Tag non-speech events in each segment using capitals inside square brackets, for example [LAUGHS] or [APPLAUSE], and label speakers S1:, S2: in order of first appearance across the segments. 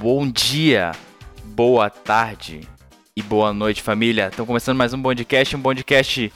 S1: Bom dia, boa tarde e boa noite, família. Estamos começando mais um podcast, um podcast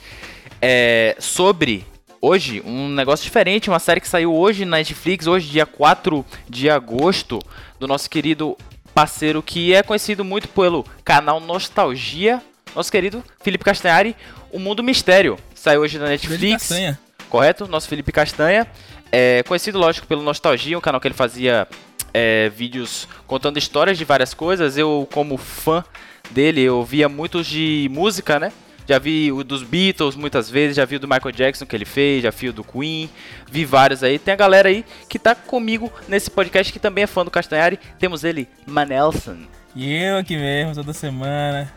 S1: é, sobre hoje um negócio diferente, uma série que saiu hoje na Netflix, hoje dia 4 de agosto, do nosso querido parceiro que é conhecido muito pelo canal Nostalgia, nosso querido Felipe Castanhari, O Mundo Mistério. Saiu hoje na Netflix,
S2: Castanha.
S1: correto? Nosso Felipe Castanha, é, conhecido, lógico, pelo Nostalgia, um canal que ele fazia é, vídeos contando histórias de várias coisas. Eu, como fã dele, eu via muitos de música, né? Já vi o dos Beatles muitas vezes, já vi o do Michael Jackson que ele fez, já vi o do Queen, vi vários aí. Tem a galera aí que tá comigo nesse podcast que também é fã do Castanhari. Temos ele, Manelson.
S2: E eu aqui mesmo, toda semana.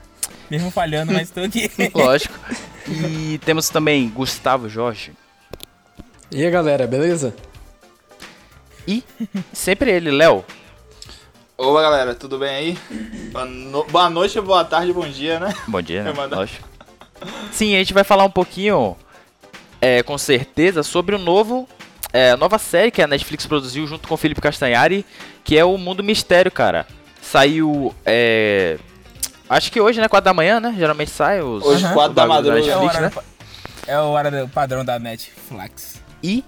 S2: Mesmo falhando, mas tô
S1: [LAUGHS]
S2: aqui.
S1: Lógico. E temos também Gustavo Jorge.
S3: E aí galera, beleza?
S1: E sempre ele, Léo.
S4: Olá galera, tudo bem aí? Boa, no- boa noite, boa tarde, bom dia, né?
S1: Bom dia, né?
S4: Eu mando.
S1: Lógico. Sim, a gente vai falar um pouquinho, é, com certeza, sobre o novo. É, a nova série que a Netflix produziu junto com o Felipe Castanhari, que é o Mundo Mistério, cara. Saiu. é, acho que hoje, né? 4 da manhã, né? Geralmente sai os.
S4: Hoje,
S1: os
S4: quatro da
S1: bagulho
S4: madrugada.
S2: É o
S1: Netflix, né?
S2: horário, é o horário padrão da Netflix.
S1: E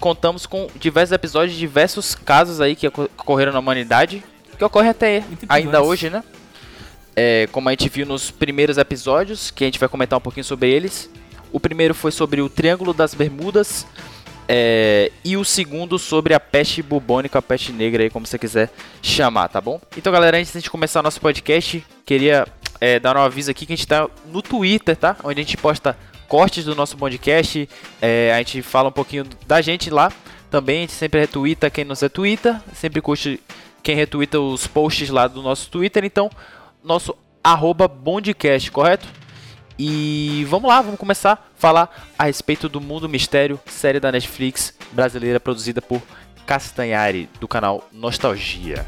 S1: contamos com diversos episódios, de diversos casos aí que ocor- ocorreram na humanidade, que ocorre até
S2: episódios.
S1: ainda hoje, né? É, como a gente viu nos primeiros episódios, que a gente vai comentar um pouquinho sobre eles. O primeiro foi sobre o Triângulo das Bermudas. é, e o segundo sobre a peste bubônica, a peste negra aí, como você quiser chamar, tá bom? Então, galera, antes de gente começar nosso podcast, queria é, dar um aviso aqui que a gente tá no Twitter, tá? Onde a gente posta cortes do nosso podcast, é, a gente fala um pouquinho da gente lá também, a gente sempre retuita quem nos retuita, sempre curte quem retuita os posts lá do nosso Twitter, então, nosso arroba bondcast, correto? E vamos lá, vamos começar a falar a respeito do Mundo Mistério, série da Netflix brasileira produzida por Castanhari, do canal Nostalgia.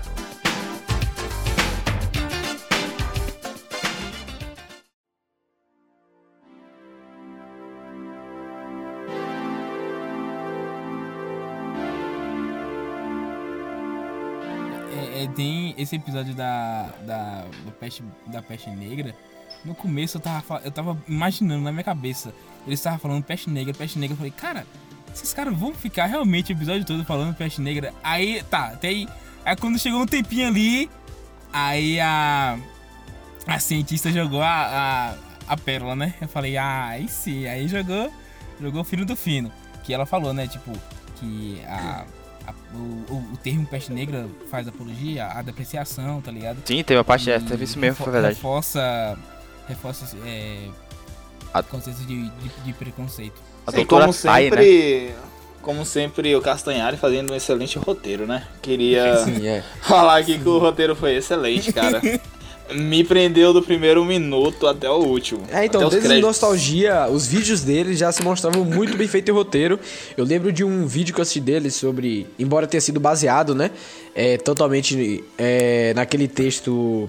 S2: É, é, tem esse episódio da, da, do peste, da peste negra. No começo eu tava, fa- eu tava imaginando na minha cabeça. Eles estavam falando peste negra, peste negra. Eu falei, cara, esses caras vão ficar realmente o episódio todo falando peste negra. Aí, tá, até aí. Aí quando chegou um tempinho ali, aí a. A cientista jogou a, a, a pérola, né? Eu falei, ah, aí sim. Aí jogou. Jogou o fino do fino. Que ela falou, né? Tipo, que a. a- o, o- o termo peste negra faz apologia à depreciação, tá ligado?
S1: Sim, teve a parte, é,
S2: E
S1: teve isso mesmo,
S2: refo-
S1: foi verdade.
S2: Reforça. Reforça é,
S1: A-
S2: conceito de, de- de preconceito.
S1: A
S4: Sim,
S1: doutora
S4: como
S1: sai, né?
S4: sempre, como sempre, o Castanhari fazendo um excelente roteiro, né? Queria
S3: [LAUGHS] Sim, é.
S4: [LAUGHS] falar aqui que o roteiro foi excelente,
S3: [LAUGHS]
S4: cara. Me prendeu do primeiro minuto até o último.
S3: É, então,
S4: até os
S3: desde
S4: créditos.
S3: Nostalgia, os vídeos dele já se mostravam muito bem feito o roteiro. Eu lembro de um vídeo que eu assisti dele sobre, embora tenha sido baseado, né, é, totalmente é, naquele texto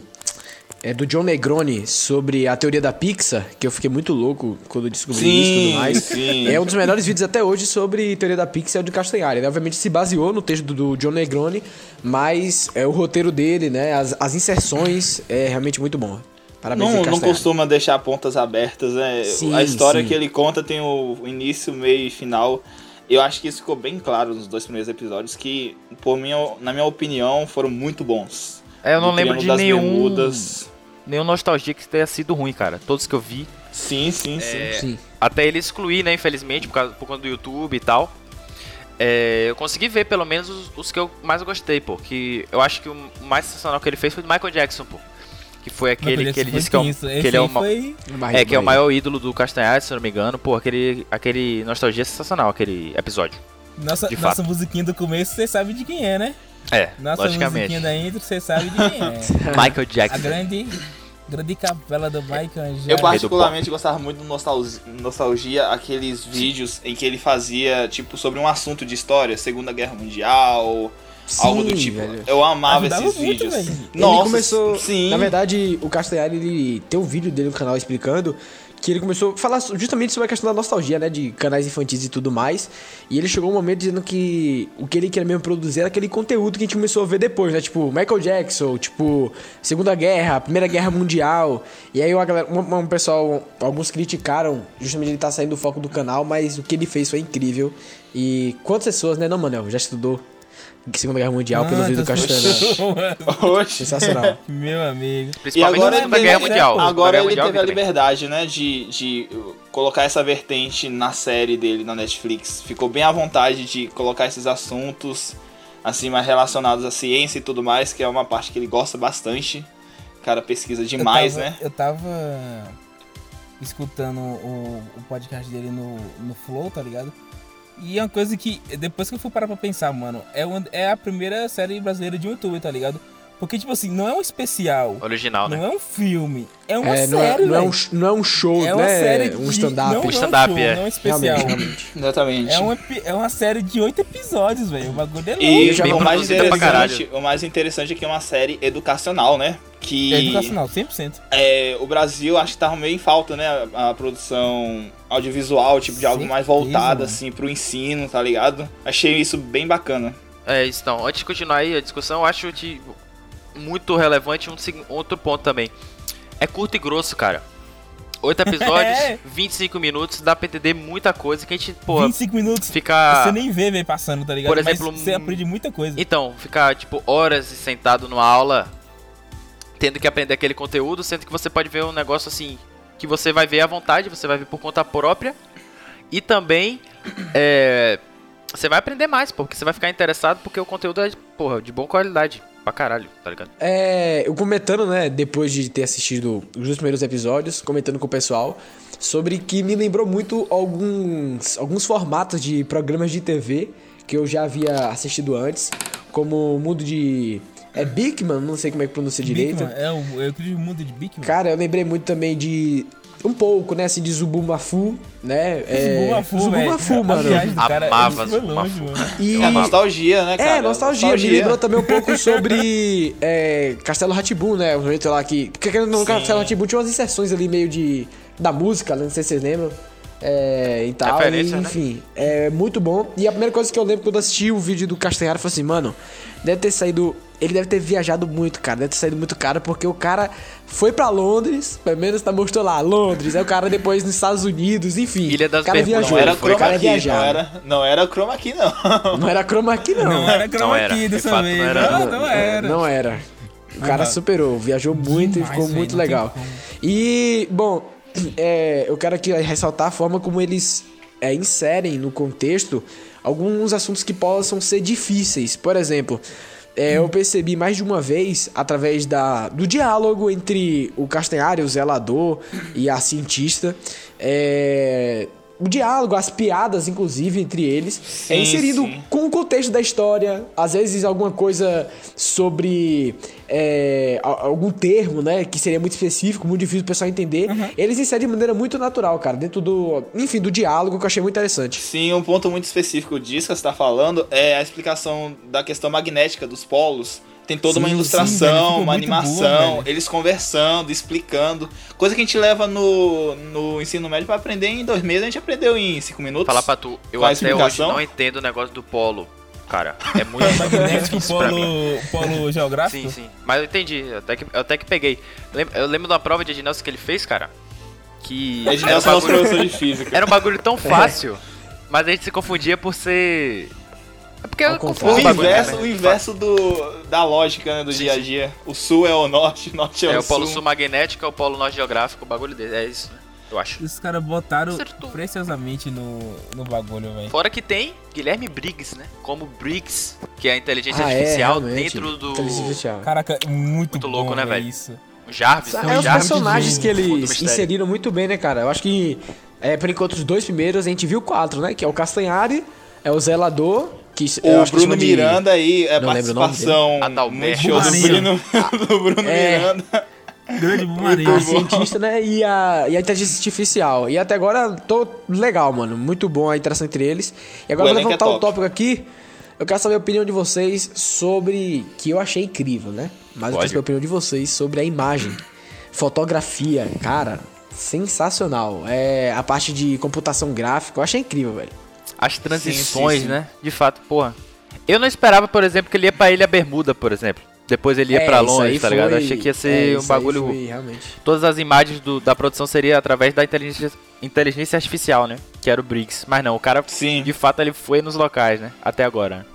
S3: é, do John Negroni sobre a teoria da Pixar, que eu fiquei muito louco quando eu descobri isso e tudo
S4: Sim,
S3: mais.
S4: sim.
S3: É um dos melhores vídeos até hoje sobre teoria da Pixel de Castanhari. Ele obviamente se baseou no texto do John Negroni, mas é o roteiro dele, né? As, as inserções é realmente muito bom. Parabéns,
S4: Não,
S3: aí,
S4: não
S3: Castanhari.
S4: costuma deixar pontas abertas, né?
S3: Sim,
S4: a história
S3: sim.
S4: que ele conta tem o início, meio e final. Eu acho que isso ficou bem claro nos dois primeiros episódios, que, por minha, na minha opinião, foram muito bons.
S1: É, eu não
S4: Do
S1: lembro
S4: Triângulo
S1: de
S4: das
S1: nenhum,
S4: Bermudas.
S1: nenhum nostalgia que tenha sido ruim, cara. Todos que eu vi,
S4: Sim, sim, sim.
S1: É,
S3: Sim.
S1: até ele excluir, né, infelizmente, por, causa, por conta do YouTube e tal. É, eu consegui ver pelo menos os, os que eu mais gostei, pô. Que eu acho que o mais sensacional que ele fez foi do Michael Jackson, pô. Que foi aquele que ele disse que é, um, que ele é o ma-
S2: Foi...
S1: é, que é o maior ídolo do Castanhari, se eu não me engano, pô, aquele, aquele nostalgia é sensacional, aquele episódio.
S2: Nossa,
S1: De fato.
S2: nossa musiquinha do começo, você sabe de quem é, né?
S1: É,
S2: Nossa
S1: logicamente.
S2: musiquinha da intro, você sabe de
S1: [LAUGHS]
S2: quem é.
S1: Michael
S2: A
S1: Jackson.
S2: grande, grande capela do Michael já.
S4: Eu
S1: é,
S4: particularmente gostava muito do Nostalgia, nostalgia aqueles vídeos em que ele fazia, tipo, sobre um assunto de história, Segunda Guerra Mundial,
S3: Sim,
S4: algo do tipo.
S3: velho.
S4: Eu amava
S2: Ajudava
S4: esses
S2: muito,
S4: vídeos.
S2: velho.
S3: Ele começou,
S4: sim.
S3: na verdade, o Castanhari, ele tem um vídeo dele no canal explicando que ele começou a falar justamente sobre a questão da nostalgia, né? De canais infantis e tudo mais. E ele chegou um momento dizendo que o que ele queria mesmo produzir era aquele conteúdo que a gente começou a ver depois, né? Tipo, Michael Jackson, tipo, Segunda Guerra, Primeira Guerra Mundial. E aí uma galera, um, um pessoal, alguns criticaram justamente ele tá saindo do foco do canal, mas o que ele fez foi incrível. E quantas pessoas, né? Não, Manel, já estudou Segunda Guerra Mundial pelo Vitor Castanho.
S2: [LAUGHS]
S4: Oxe.
S3: Sensacional.
S2: Meu amigo.
S4: E
S1: Principalmente
S4: agora,
S1: na Segunda Guerra
S4: ele-
S1: Mundial.
S4: agora
S1: Guerra
S4: ele
S1: Mundial,
S4: teve a
S1: Vitor Bem.
S4: liberdade, né, de, de uh, colocar essa vertente na série dele, na Netflix. Ficou bem à vontade de colocar esses assuntos, assim, mais relacionados à ciência e tudo mais, que é uma parte que ele gosta bastante. O cara pesquisa demais,
S2: eu tava,
S4: né?
S2: Eu tava escutando o, o podcast dele no, no Flow, tá ligado? E é uma coisa que, depois que eu fui parar pra pensar, mano, é, uma- é a primeira série brasileira de um youtuber, tá ligado? Porque, tipo assim, não é um especial,
S1: Original, né?
S2: não é um filme, é uma
S3: É, não, é,
S2: série,
S3: não é um,
S2: velho.
S3: não é um show,
S2: É uma
S3: né?
S2: série
S3: um
S2: de-
S3: stand-up.
S2: Não, não é um
S1: Stand-up,
S2: show,
S1: é.
S2: não é um especial.
S3: Realmente, realmente.
S4: Exatamente.
S2: É, um epi- é uma série de oito episódios, velho. O bagulho é louco.
S4: E
S1: já
S4: o
S1: vão
S4: mais,
S1: produzida pra
S4: interessante, o mais interessante é que é uma série educacional, né? Que
S2: É educacional, 100%.
S4: é, o Brasil acho que tava meio em falta, né? A, a produção audiovisual, tipo, de algo mais
S2: Certeza,
S4: voltado,
S2: mano.
S4: assim, pro ensino, tá ligado? Achei isso bem bacana.
S1: É isso, então. Antes de continuar aí a discussão, eu acho que muito relevante um seg- outro ponto também. É curto e grosso, cara.
S2: [LAUGHS]
S1: Oito episódios,
S2: É.
S1: 25 minutos, dá pra entender muita coisa que a gente, pô,
S2: 25 minutos,
S1: ficar.
S2: você nem vê, velho, passando, tá ligado?
S1: Por exemplo,
S2: Mas você
S1: um-
S2: aprende muita coisa.
S1: Então, ficar, tipo, horas sentado numa aula, tendo que aprender aquele conteúdo, sendo que você pode ver um negócio assim, que você vai ver à vontade, você vai ver por conta própria. E também, é, você vai aprender mais, pô, porque você vai ficar interessado, porque o conteúdo é, porra, de boa qualidade, pra caralho, tá ligado?
S3: É, eu comentando, né, depois de ter assistido os dois primeiros episódios, comentando com o pessoal, sobre que me lembrou muito alguns, alguns formatos de programas de TV que eu já havia assistido antes, como o mundo de. É Bigman? Não sei como é que pronuncia direito.
S2: Bigman, é, o- eu acredito no mundo de Bigman.
S3: Cara, eu lembrei muito também de. Um pouco, né, assim, de Zubumafu, né? é,
S2: Zubumafu,
S3: Zubumafu,
S2: velho.
S3: mano.
S2: A viagem do cara,
S1: Amava
S2: ele foi longe,
S1: Zubumafu.
S2: mano.
S3: E,
S4: É uma nostalgia, né, cara?
S3: É, nostalgia. Me lembrou também um pouco sobre é, Castelo Ratibum, né? O jeito lá que. Porque querendo ou não,
S4: Sim.
S3: Castelo Ratibum tinha umas inserções ali meio de. da música, né? não sei se vocês lembram. É, e tal,
S1: Referência,
S3: e,
S1: né?
S3: enfim, é muito bom. E a primeira coisa que eu lembro quando assisti o vídeo do Castanhari foi assim, mano, deve ter saído. Ele deve ter viajado muito, cara. Deve ter saído muito caro, porque o cara foi pra Londres, pelo menos tá mostrou lá, Londres. Aí o cara depois nos Estados Unidos, enfim.
S1: Ilha das
S3: o cara
S1: Bermudas,
S3: viajou,
S4: Não era
S1: Ele foi,
S3: o cara
S4: chroma
S3: é
S4: key, não
S3: viajado.
S4: era, não era chroma key, não. [LAUGHS]
S3: Não era chroma aqui,
S2: Não era
S1: Não
S2: chroma
S1: era,
S2: key
S1: de
S2: dessa
S1: fato,
S2: vez.
S1: não era.
S2: Não, não era.
S3: Não era. O cara superou, viajou muito e
S2: Demais,
S3: ficou
S2: velho,
S3: muito
S2: não tem
S3: legal.
S2: como.
S3: E, bom, [CLEARS THROAT] é, eu quero aqui ressaltar a forma como eles é, inserem no contexto alguns assuntos que possam ser difíceis. Por exemplo, é,
S2: Hum.
S3: eu percebi mais de uma vez, através da, do diálogo entre o Castanhari, o zelador e a cientista, é, o diálogo, as piadas, inclusive, entre eles, é
S4: Sim,
S3: inserido
S4: sim.
S3: com o contexto da história, às vezes alguma coisa sobre é, a- algum termo, né, que seria muito específico, muito difícil do pessoal entender, eles inserem de maneira muito natural, cara, dentro do, enfim, do diálogo que eu achei muito interessante.
S4: Sim, um ponto muito específico disso que você tá falando é a explicação da questão magnética dos polos. Tem toda uma
S2: Sim, sim, velho,
S4: ilustração,
S2: ficou
S4: uma
S2: muito boa,
S4: animação,
S2: velho.
S4: eles conversando, explicando. Coisa que a gente leva no, no ensino médio pra aprender em dois meses, a gente aprendeu em cinco minutos.
S1: Falar pra tu, eu
S4: Com a
S1: até hoje
S4: explicação?
S1: não entendo o negócio do polo, cara. É muito
S2: [LAUGHS] Magnético,
S1: difícil pra mim.
S2: polo, polo
S1: Sim,
S2: geográfico.
S1: sim. Mas eu entendi, eu até que, eu até que peguei. Lem- Eu lembro de uma prova de Ednelson que ele fez, cara. Que.
S4: A gente é
S1: era
S4: o
S1: um
S4: nosso
S1: bagulho- [LAUGHS]
S4: professor de física.
S1: Era um bagulho
S3: [LAUGHS]
S1: tão
S3: É.
S1: fácil, mas a gente se confundia por ser. É porque
S3: Ao
S1: eu confundo
S3: contrário.
S4: O
S1: o bagulho.
S4: inverso,
S1: né?
S4: o inverso do, da lógica né, do
S1: Sim,
S4: dia a
S1: sim.
S4: dia. O sul é o norte, o norte é,
S1: É
S4: o,
S1: o polo
S4: sul.
S1: sul magnético, é o polo norte geográfico, o bagulho dele. É isso, eu acho.
S2: Os caras botaram
S1: Acertou.
S2: preciosamente no, no bagulho, velho.
S1: Fora que tem Guilherme Briggs, né? Como Briggs, que é a inteligência
S3: Ah, é,
S1: artificial
S3: realmente.
S1: dentro do.
S3: Inteligência artificial.
S2: Caraca, muito,
S1: Muito louco,
S2: bom,
S1: né,
S2: véi,
S1: velho?
S2: Isso.
S1: O Jarvis, né?
S3: É
S1: o
S3: os
S1: Jarvis
S3: personagens
S1: do-
S3: que
S1: do
S3: eles
S1: mistério.
S3: inseriram muito bem, né, cara? Eu acho que, é, por enquanto, os dois primeiros, a gente viu quatro, né, que é o Castanhari, é o Zelador, que eu
S4: O
S3: acho que chama
S4: Bruno
S3: É de-
S4: Miranda aí é
S3: Não lembro o nome
S4: participação
S1: Adalberto.
S4: muito show do
S2: Marinho.
S4: Bruno, [LAUGHS] do Bruno
S3: É.
S4: Miranda.
S2: Grande
S4: Então,
S2: Bumarinho.
S3: a cientista, né? E a, e a inteligência artificial. E até agora, tô legal, mano. Muito bom a interação entre eles. E agora,
S4: O
S3: pra
S4: elenco é
S3: voltar o um
S4: top.
S3: tópico aqui, eu quero saber a opinião de vocês sobre. Que eu achei incrível, né? Mas eu quero
S1: Pode.
S3: saber a opinião de vocês sobre a imagem. Fotografia, cara. sensacional. É, a parte de computação gráfica, eu achei incrível, velho.
S1: As transições,
S4: sim, sim.
S1: né? De fato, porra. Eu não esperava, por exemplo, que ele ia pra Ilha Bermuda, por exemplo. Depois ele ia
S3: É,
S1: pra
S3: isso aí
S1: longe, tá ligado?
S3: foi-
S1: Achei que ia
S3: é,
S1: ser um
S3: isso aí
S1: bagulho.
S3: foi, realmente.
S1: Todas as imagens do- da produção seria através da inteligência, inteligência artificial, né? Que era o Briggs. Mas não, o cara,
S4: Sim.
S1: de fato, ele foi nos locais, né? Até agora.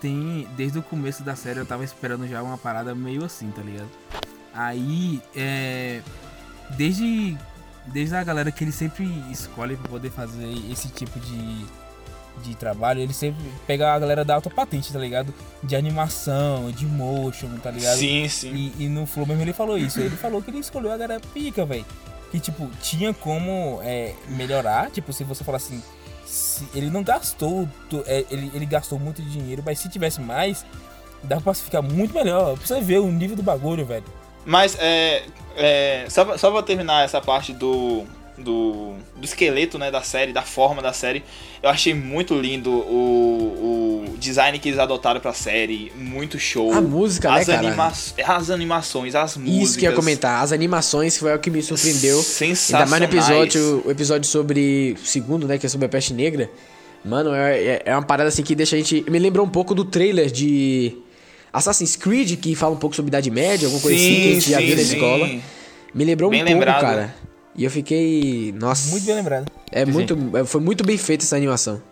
S2: tem desde o começo da série eu tava esperando já uma parada meio assim, tá ligado? Aí é desde desde a galera que ele sempre escolhe pra poder fazer esse tipo de de trabalho, ele sempre pega a galera da alta patente, tá ligado? De animação, de motion, tá ligado?
S4: Sim, sim.
S2: E, e no Flow mesmo ele falou isso. Ele falou que ele escolheu a galera pica, velho. Que, tipo, tinha como é, melhorar. Tipo, se você falar assim. se- ele não gastou. to- é, ele, ele gastou muito dinheiro, mas se tivesse mais, dá pra ficar muito melhor. Pra você ver o nível do bagulho, velho.
S4: Mas é. é, só, pra- só pra terminar essa parte do. Do, do esqueleto né, da série, da forma da série, eu achei muito lindo o, o design que eles adotaram pra série, muito show.
S3: A música,
S4: as,
S3: né, cara?
S4: anima as animações, as músicas.
S3: Isso que eu ia comentar, as animações foi o que me surpreendeu. Ainda
S4: Sensacionais.
S3: mais no episódio, né, o episódio sobre o segundo, né, que é sobre a peste negra. Mano, é, é- é uma parada assim que deixa a gente. Me lembrou um pouco do trailer de Assassin's Creed, que fala um pouco sobre Idade Média, alguma coisa assim que a gente já viu na escola. Me lembrou
S4: Bem
S3: um pouco,
S4: lembrado.
S3: cara. E eu fiquei. Nossa.
S2: Muito bem lembrado.
S3: É muito. é- Foi muito bem feita essa animação.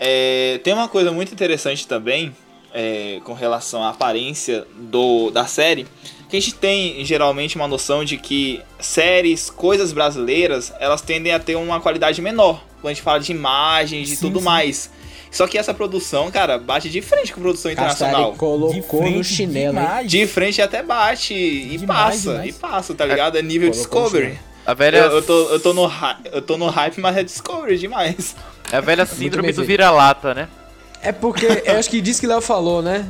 S4: É, tem uma coisa muito interessante também é, com relação à aparência do, da série. Que a gente tem geralmente uma noção de que séries, coisas brasileiras, elas tendem a ter uma qualidade menor. Quando a gente fala de imagens e
S2: Sim,
S4: tudo
S2: sim.
S4: mais. Só que essa produção, cara, bate de frente com produção internacional.
S3: Castari colocou no chinelo. hein?
S2: demais.
S4: De frente até bate e
S2: Demais,
S4: passa,
S2: demais.
S4: e passa, tá ligado? É nível
S3: Colocou no
S4: Discovery.
S1: A velha,
S4: Eu, eu tô, eu, tô no, hy- eu tô no hype, mas é Discovery demais.
S1: a velha
S3: bem
S1: síndrome do
S3: feito.
S1: vira-lata, né?
S3: É
S1: [LAUGHS]
S3: porque eu acho que diz que Léo falou, né?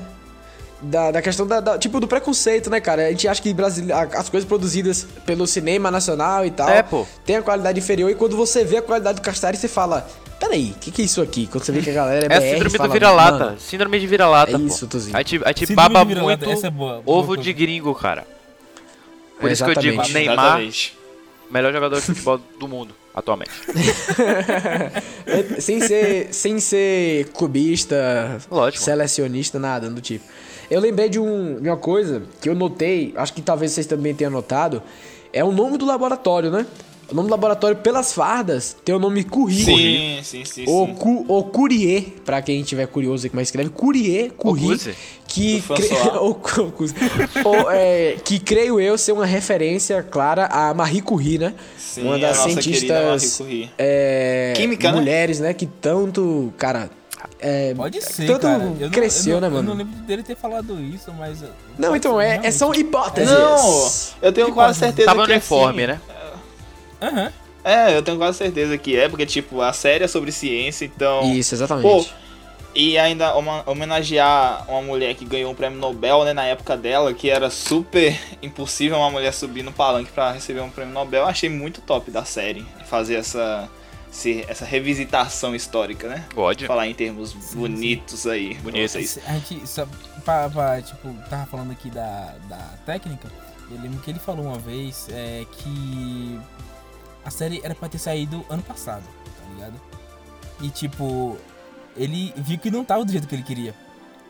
S3: Da, da questão da, da- Tipo, do preconceito, né, cara? A gente acha que Brasil, a- as coisas produzidas pelo cinema nacional e tal.
S1: É, pô.
S3: Tem a qualidade inferior. E quando você vê a qualidade do Castari, você fala: Peraí, o que, que é isso aqui? Quando você vê que a galera é
S1: É a
S3: BR,
S1: síndrome
S3: fala,
S1: do vira-lata.
S3: "Mano,
S1: Síndrome de vira-lata.
S3: É
S1: pô.
S3: isso, Tuzinho.
S1: A gente, a gente
S2: Síndrome
S1: baba
S2: de vira-lata,
S1: muito
S2: essa é boa, boa
S1: ovo
S2: coisa.
S1: de gringo, cara. Por
S3: É,
S1: isso que eu digo,
S3: exatamente.
S1: Neymar, melhor jogador de futebol do mundo, atualmente.
S3: É, sem ser sem ser cubista,
S1: Lógico.
S3: selecionista, nada do tipo. Eu lembrei de, um- de uma coisa que eu notei, acho que talvez vocês também tenham notado, é o nome do laboratório, né? O nome do laboratório pelas fardas tem o nome Curri.
S4: Sim, sim, sim,
S3: Ou,
S4: sim.
S3: cu, ou Curie, pra quem tiver curioso aí como é que escreve, Curie, Curie,
S1: Cuse.
S3: que,
S4: Do
S3: cre... [LAUGHS]
S4: François.
S3: ou, cu- Cuse. ou, é, que creio eu ser uma referência clara a Marie Curie, né?
S4: Sim,
S3: uma das
S4: a nossa querida Marie
S3: cientistas
S4: Curie.
S3: é,
S4: Química, né?
S3: mulheres, né? Que tanto, cara, é,
S2: Pode ser,
S3: tanto
S2: cara. Eu não-
S3: cresceu,
S2: eu não,
S3: né,
S2: Eu não
S3: mano?
S2: lembro dele ter falado isso, mas... eu-
S3: Não, então, é, é- são hipóteses.
S4: Não, eu tenho
S2: Que
S4: quase
S2: coisa.
S4: certeza
S1: Tava
S4: que
S1: no
S4: é
S1: uniforme,
S4: assim.
S1: né?
S2: Aham.
S4: É, eu tenho quase certeza que é, porque, tipo, a série é sobre ciência, então...
S3: Isso, exatamente.
S4: Pô, e ainda homa- homenagear uma mulher que ganhou um prêmio Nobel, né, na época dela, que era super [LAUGHS] impossível uma mulher subir no palanque pra receber um prêmio Nobel, eu achei muito top da série fazer essa, esse- essa revisitação histórica, né?
S1: God.
S4: Falar em termos bonitos aí,
S1: Bonito.
S4: bonitos.
S2: A gente só pra, pra, tipo, tava falando aqui da, da técnica, eu lembro que ele falou uma vez é, que a série era pra ter saído ano passado, tá ligado? E tipo, ele viu que não tava do jeito que ele queria.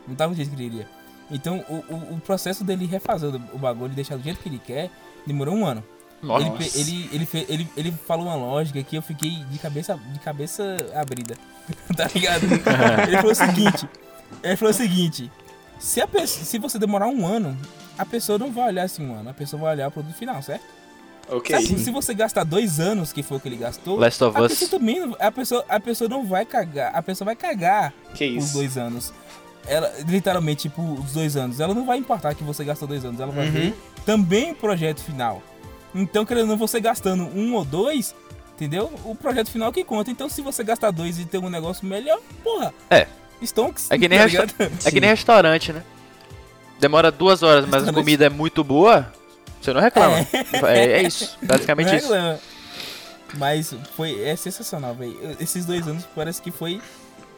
S2: Não tava do jeito que ele queria. Então o, o, o processo dele refazer o bagulho e deixar do jeito que ele quer demorou um ano.
S1: Nossa.
S2: Ele, pe- ele, ele, fe- ele, ele falou uma lógica que eu fiquei de cabeça, de cabeça abrida. [LAUGHS] tá ligado? ele falou o seguinte. Ele falou o seguinte. Se, a pe- se você demorar um ano, a pessoa não vai olhar assim um ano, a pessoa vai olhar o produto final, certo?
S4: Ok.
S2: Só que se você gastar dois anos, que foi o que ele gastou,
S1: Last of
S2: a
S1: Us.
S2: pessoa também não- a pessoa, a pessoa não vai cagar. A pessoa vai cagar
S4: Que
S2: os
S4: isso.
S2: Um, dois anos. Ela, literalmente, tipo, os dois anos. Ela não vai importar que você gastou dois anos. Ela
S1: Uhum.
S2: vai ver também o projeto final. Então, querendo ou não, você gastando um ou dois, entendeu? O projeto final que conta. Então, se você gastar dois e ter um negócio melhor, porra.
S1: É.
S2: Stonks.
S1: É que nem
S2: tá
S1: resta-
S2: [LAUGHS] ligado?
S1: É que nem restaurante, né? Demora duas horas, mas a
S2: Restaurante.
S1: comida é muito boa. Você não reclama. É, é isso. Basicamente isso.
S2: Regra. Mas foi, é sensacional, velho. Esses dois anos parece que foi.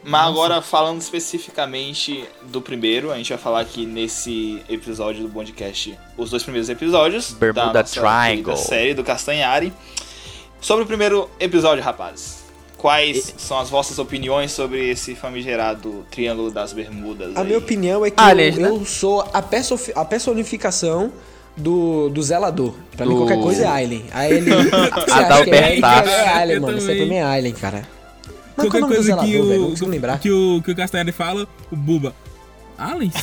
S4: Mas agora, falando especificamente do primeiro, a gente vai falar aqui nesse episódio do podcast, os dois primeiros episódios
S1: Bermuda
S4: da nossa
S1: Triangle.
S4: querida série do Castanhari. Sobre o primeiro episódio, rapazes. Quais são as vossas opiniões sobre esse famigerado Triângulo das Bermudas?
S3: A
S4: aí?
S3: minha opinião é que
S1: Aliens,
S3: eu,
S1: né?
S3: eu sou a, perso- a personificação do, do zelador. Pra mim
S1: Do- Ah, tá
S3: qualquer coisa é Alien. A
S1: [LAUGHS]
S3: Alien. [LAUGHS] Você acha que é Alien,
S1: Adalbertaço.
S3: cara, é Alien,
S2: Eu
S3: mano. Isso aí pra mim
S2: também.
S3: é Alien, cara. Mas qual é o
S2: Qualquer
S3: nome do
S2: coisa
S3: zelador,
S2: que
S3: velho? Não
S2: o,
S3: consigo lembrar.
S2: [LAUGHS] que o. Que o Castanhari fala, o Buba. Aliens?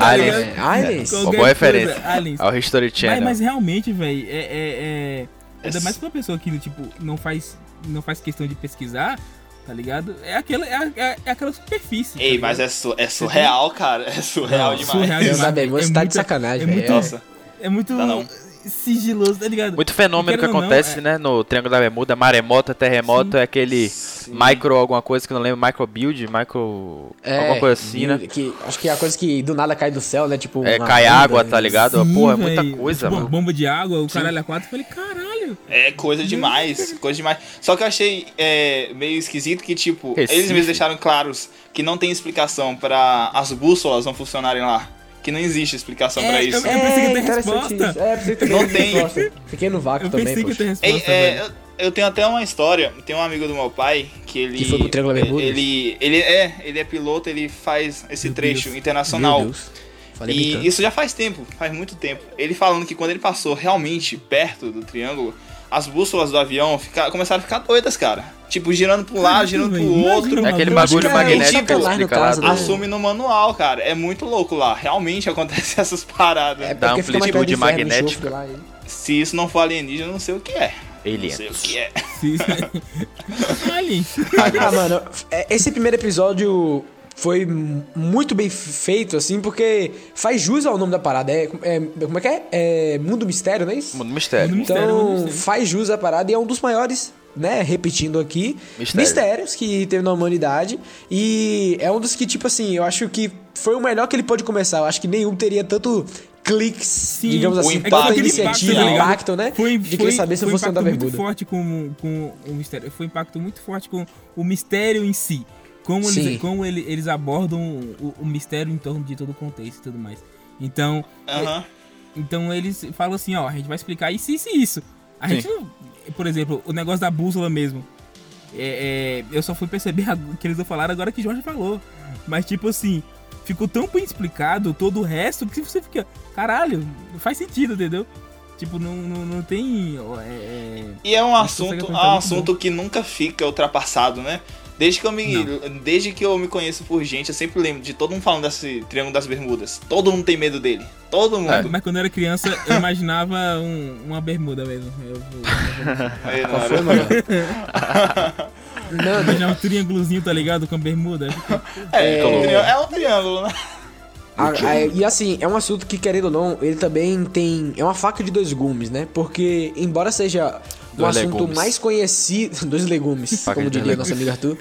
S1: Aliens.
S3: É, Aliens?
S1: Uma
S2: [LAUGHS] Qualquer
S1: boa
S2: coisa,
S1: referência
S2: Aliens.
S1: ao History
S2: Mas,
S1: Channel.
S2: mas realmente, velho, é, é, é- Ainda
S4: Esse-
S2: mais pra uma pessoa que, tipo, não faz, não faz questão de pesquisar, tá ligado? É aquela, é, é- é aquela superfície.
S4: Ei,
S2: tá
S4: mas
S2: ligado?
S4: é, su- é surreal, cara. É surreal
S2: Não,
S4: demais.
S2: surreal demais.
S3: Deus da
S2: é
S3: memória, você tá de
S2: muito-
S3: sacanagem,
S2: é
S3: velho.
S2: muito-
S4: Nossa.
S2: É muito
S4: Dá não.
S2: sigiloso, tá ligado?
S1: Muito fenômeno que
S2: Querendo ou não,
S1: acontece,
S2: é-
S1: né, no Triângulo da Bermuda, maremoto, terremoto, é aquele
S4: Sim.
S1: micro alguma coisa que eu não lembro, micro build, micro alguma coisa assim, né?
S3: É, Que, acho que é a coisa que do nada cai do céu, né? Tipo.
S1: É,
S3: uma
S1: cai
S3: onda,
S1: água,
S3: né?
S1: tá ligado?
S2: Sim,
S1: Pô, é muita
S2: véi.
S1: coisa,
S2: Bo-
S1: mano.
S2: Bomba de água, o caralho a quatro. Eu falei, caralho.
S4: É coisa demais, coisa demais. Só que eu achei é, meio esquisito que, tipo,
S1: Recife.
S4: eles mesmos deixaram claros que não tem explicação pra as bússolas não funcionarem lá. Que não existe explicação
S2: É,
S4: pra
S2: eu-
S4: isso.
S2: eu- pensei que ia ter resposta.
S3: isso. É, pensei que
S4: Não
S3: ia ter
S4: tem.
S3: resposta. Fiquei no vácuo
S2: Eu
S3: também,
S2: pensei que eu
S3: poxa.
S2: ia ter
S4: Ei,
S2: resposta,
S4: Tá é,
S2: velho.
S4: eu, eu tenho até uma história. Tem um amigo do meu pai que ele.
S3: Que foi pro Triângulo Bermudas?
S4: ele, ele é, ele é piloto, ele faz esse
S2: Meu
S4: trecho
S2: Deus.
S4: internacional.
S3: Meu Deus. Falei
S4: E
S3: brincando.
S4: isso já faz tempo, faz muito tempo. Ele falando que quando ele passou realmente perto do triângulo, as bússolas do avião fica- começaram a ficar doidas, cara. Tipo, girando pra um lado, girando pro
S2: Imagina,
S4: outro.
S1: É aquele
S2: Eu
S3: acho
S1: bagulho
S3: que é
S1: magnético
S4: tipo
S1: que
S3: lá no
S1: explica lá
S3: caso
S1: do...
S3: do-
S4: Assume no manual, cara. É muito louco lá. Realmente [LAUGHS] acontece essas paradas.
S3: É
S1: dá
S3: porque fica mais perto
S1: amplitude
S3: do ferro,
S1: magnética.
S3: enxofre lá, e-
S4: Se isso não for alienígena, eu não sei o que é. Não sei o
S1: Aliens.
S4: que é.
S2: Sim,
S4: [LAUGHS]
S2: sim. Aliens.
S3: Ah, mano, é- esse primeiro episódio foi m- muito bem feito, assim, porque faz jus ao nome da parada. É, é- como é que é? É Mundo Mistério, não é isso?
S1: Mundo mistério.
S2: Mundo Mistério, Mundo
S3: Então,
S2: Mistério.
S3: faz jus à parada e é um dos maiores, né? Repetindo aqui,
S1: Mistério.
S3: mistérios que teve na humanidade. E é um dos que, tipo assim, eu acho que foi o melhor que ele pôde começar. Eu acho que nenhum teria tanto cliques, digamos
S4: o
S2: É
S3: assim,
S4: impacto.
S3: tanta
S4: Aquele
S3: iniciativa,
S4: impacto, tá
S3: impacto,
S4: ligado?
S3: né?
S2: Foi,
S3: de
S2: foi,
S3: querer saber se eu
S2: foi um
S3: fosse andar
S2: impacto muito
S3: bermuda.
S2: forte com, com o mistério. Foi um impacto muito forte com o mistério em si. Como,
S3: Sim.
S2: eles, como ele- eles abordam o, o mistério em torno de todo o contexto e tudo mais. Então,
S4: Aham.
S2: então eles falam assim, ó, a gente vai explicar isso, isso e isso. A
S1: Sim.
S2: gente não. Por exemplo, o negócio da bússola mesmo. É, é, eu só fui perceber [LAUGHS] ag- que eles não falaram agora que Jorge falou. Mas tipo assim, ficou tão bem explicado todo o resto que você fica. Caralho, não faz sentido, entendeu? Tipo, não, não, não tem. ó, é, é,
S4: E é um
S2: Mas consegue
S4: assunto, é
S2: aguentar
S4: um
S2: muito
S4: assunto que nunca fica ultrapassado, né? Desde que, eu me, desde que eu me conheço por gente, eu sempre lembro de todo mundo falando desse Triângulo das Bermudas. Todo mundo tem medo dele. Todo mundo.
S2: Mas quando eu era criança, eu imaginava um- uma bermuda mesmo. Eu, eu
S4: Aí, na
S3: Qual
S4: hora.
S3: foi, mano? Não,
S2: imaginava um triângulozinho, tá ligado? Com a bermuda.
S4: É, é, um
S1: É.
S4: triângulo, é um triângulo, né?
S3: A- a- e assim, é um assunto que, querendo ou não, ele também tem. É uma faca de dois gumes, né? Porque, embora seja o
S1: Dois
S3: assunto
S1: legumes.
S3: mais conhecido. [LAUGHS] Dois legumes,
S1: Faca
S3: como
S1: de dois
S3: diria
S1: legumes.
S3: nosso amigo Arthur.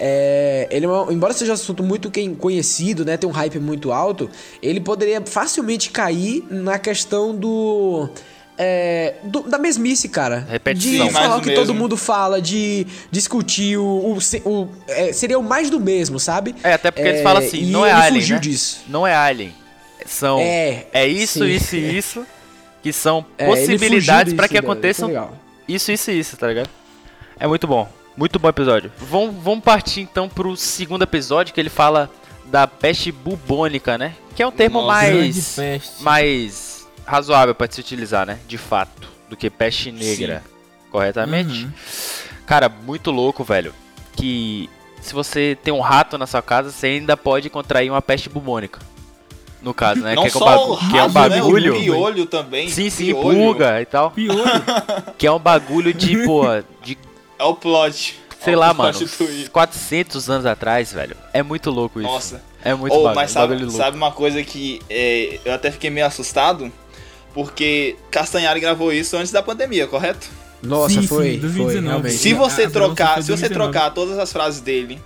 S3: É, ele, é um- embora seja um assunto muito quem- conhecido, né? Tem um hype muito alto. Ele poderia facilmente cair na questão do. é, do- da mesmice, cara.
S1: Repetição.
S3: De
S1: Sim,
S4: mais
S3: falar
S4: do
S3: o que todo
S4: mesmo.
S3: mundo fala, de discutir o. o se- o- é, seria o mais do mesmo, sabe?
S1: É, até porque eles
S3: É,
S1: falam assim,
S3: e
S1: não é
S3: ele
S1: alien,
S3: fugiu
S1: né?
S3: disso.
S1: Não é alien. São...
S3: É,
S1: É isso,
S3: sim.
S1: isso
S3: [LAUGHS]
S1: e isso, que são
S3: É, ele fugiu
S1: possibilidades pra
S3: disso,
S1: que
S3: velho,
S1: aconteçam
S3: isso é legal.
S1: Isso, isso e isso, tá ligado? É muito bom. Muito bom episódio. Vamos, vamos partir então pro segundo episódio que ele fala da peste bubônica, né? Que é um termo
S4: Nossa.
S2: Grande
S1: mais.
S2: peste.
S1: mais razoável pra se utilizar, né? De fato. Do que peste negra. Corretamente?
S2: Uhum.
S1: Cara, muito louco, velho. Que se você tem um rato na sua casa, você ainda pode contrair uma peste bubônica. No caso, né?
S4: Não
S1: que, é um
S4: só o
S1: bagu- que é um
S4: rato,
S1: bagulho.
S4: né? O piolho também.
S1: sim, sim,
S4: piolho.
S1: pulga e
S4: [LAUGHS]
S1: tal.
S2: Piolho.
S1: Que é um bagulho de, pô, de
S4: É o plot.
S1: Sei
S4: É o
S1: lá,
S4: plot
S1: mano.
S4: do Twitter.
S1: 400 anos atrás, velho. É muito louco isso.
S4: Nossa.
S1: É muito
S4: Ou,
S1: bagulho,
S4: mas
S1: bagulho
S4: sabe,
S1: louco.
S4: sabe uma coisa que é, eu até fiquei meio assustado? Porque Castanhari gravou isso antes da pandemia, correto?
S3: Nossa,
S2: Sim,
S3: foi.
S2: sim,
S3: foi
S2: 2019.
S3: realmente.
S4: Se você
S2: Ah, nossa,
S4: trocar,
S2: foi
S4: se você
S2: 2019.
S4: trocar todas as frases dele,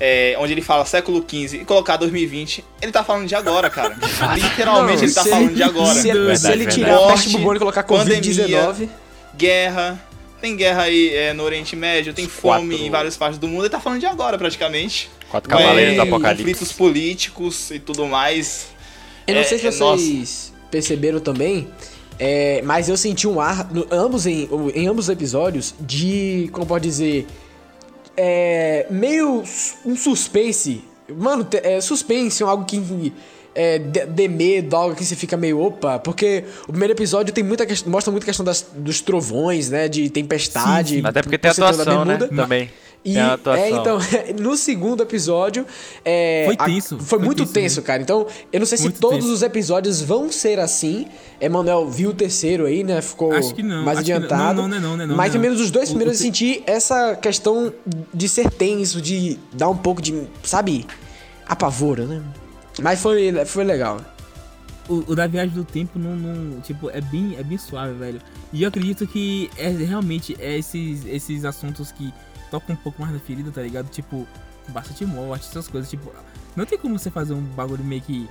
S4: é, onde ele fala século XV e colocar 2020, ele tá falando de
S1: [LAUGHS]
S4: agora, cara. Literalmente
S3: Não, é
S4: ele tá
S3: se
S4: falando de agora.
S3: Se,
S2: Verdade,
S3: se ele
S1: verdade.
S3: tirar a peste
S4: Morte,
S3: bubônica e colocar
S4: pandemia.
S3: Covid-19,
S4: Guerra, tem guerra aí é, no Oriente Médio, tem
S1: Os
S4: fome
S1: quatro-
S4: em várias partes do mundo, ele tá falando de agora praticamente.
S1: Quatro
S3: Mas-
S1: Cavaleiros do
S4: É,
S1: Apocalipse.
S4: Conflitos políticos e tudo mais.
S3: eu não
S4: É,
S3: sei se
S4: é,
S3: vocês perceberam também, É, mas eu senti um ar, no- ambos em, em ambos os episódios, de. Como pode dizer? É, meio su- um suspense. Mano, te- é, suspense, algo que. É, dê dê medo, algo que você fica meio opa, porque o primeiro episódio tem muita quest- mostra muita questão das- dos trovões, né? De tempestade.
S2: Sim, sim.
S3: por
S1: Até porque tem
S3: ser toda
S1: atuação, né?
S3: bermuda.
S1: Também.
S3: E,
S1: tem a atuação.
S3: é, então, [LAUGHS] no segundo episódio. é,
S2: Foi tenso,
S3: foi,
S2: foi
S3: muito
S2: tenso
S3: tenso, cara. Então, eu não sei se
S2: Muito
S3: todos
S2: tenso.
S3: os episódios vão ser assim. Emanuel viu o terceiro aí, né? Ficou
S2: Acho que não,
S3: mais
S2: acho que não.
S3: adiantado.
S2: Não, não, não, não, não,
S3: Mas
S2: não.
S3: pelo menos os dois
S2: O-
S3: primeiros
S2: o
S3: eu
S2: te-
S3: senti essa questão de ser tenso, de dar um pouco de. Sabe? Apavoro, né? Mas foi, foi legal.
S2: o, o da viagem do tempo não, não- tipo é bem é bem suave velho e eu acredito que é realmente é esses esses assuntos que tocam um pouco mais na ferida tá ligado tipo bastante morte essas coisas tipo não tem como você fazer um bagulho meio que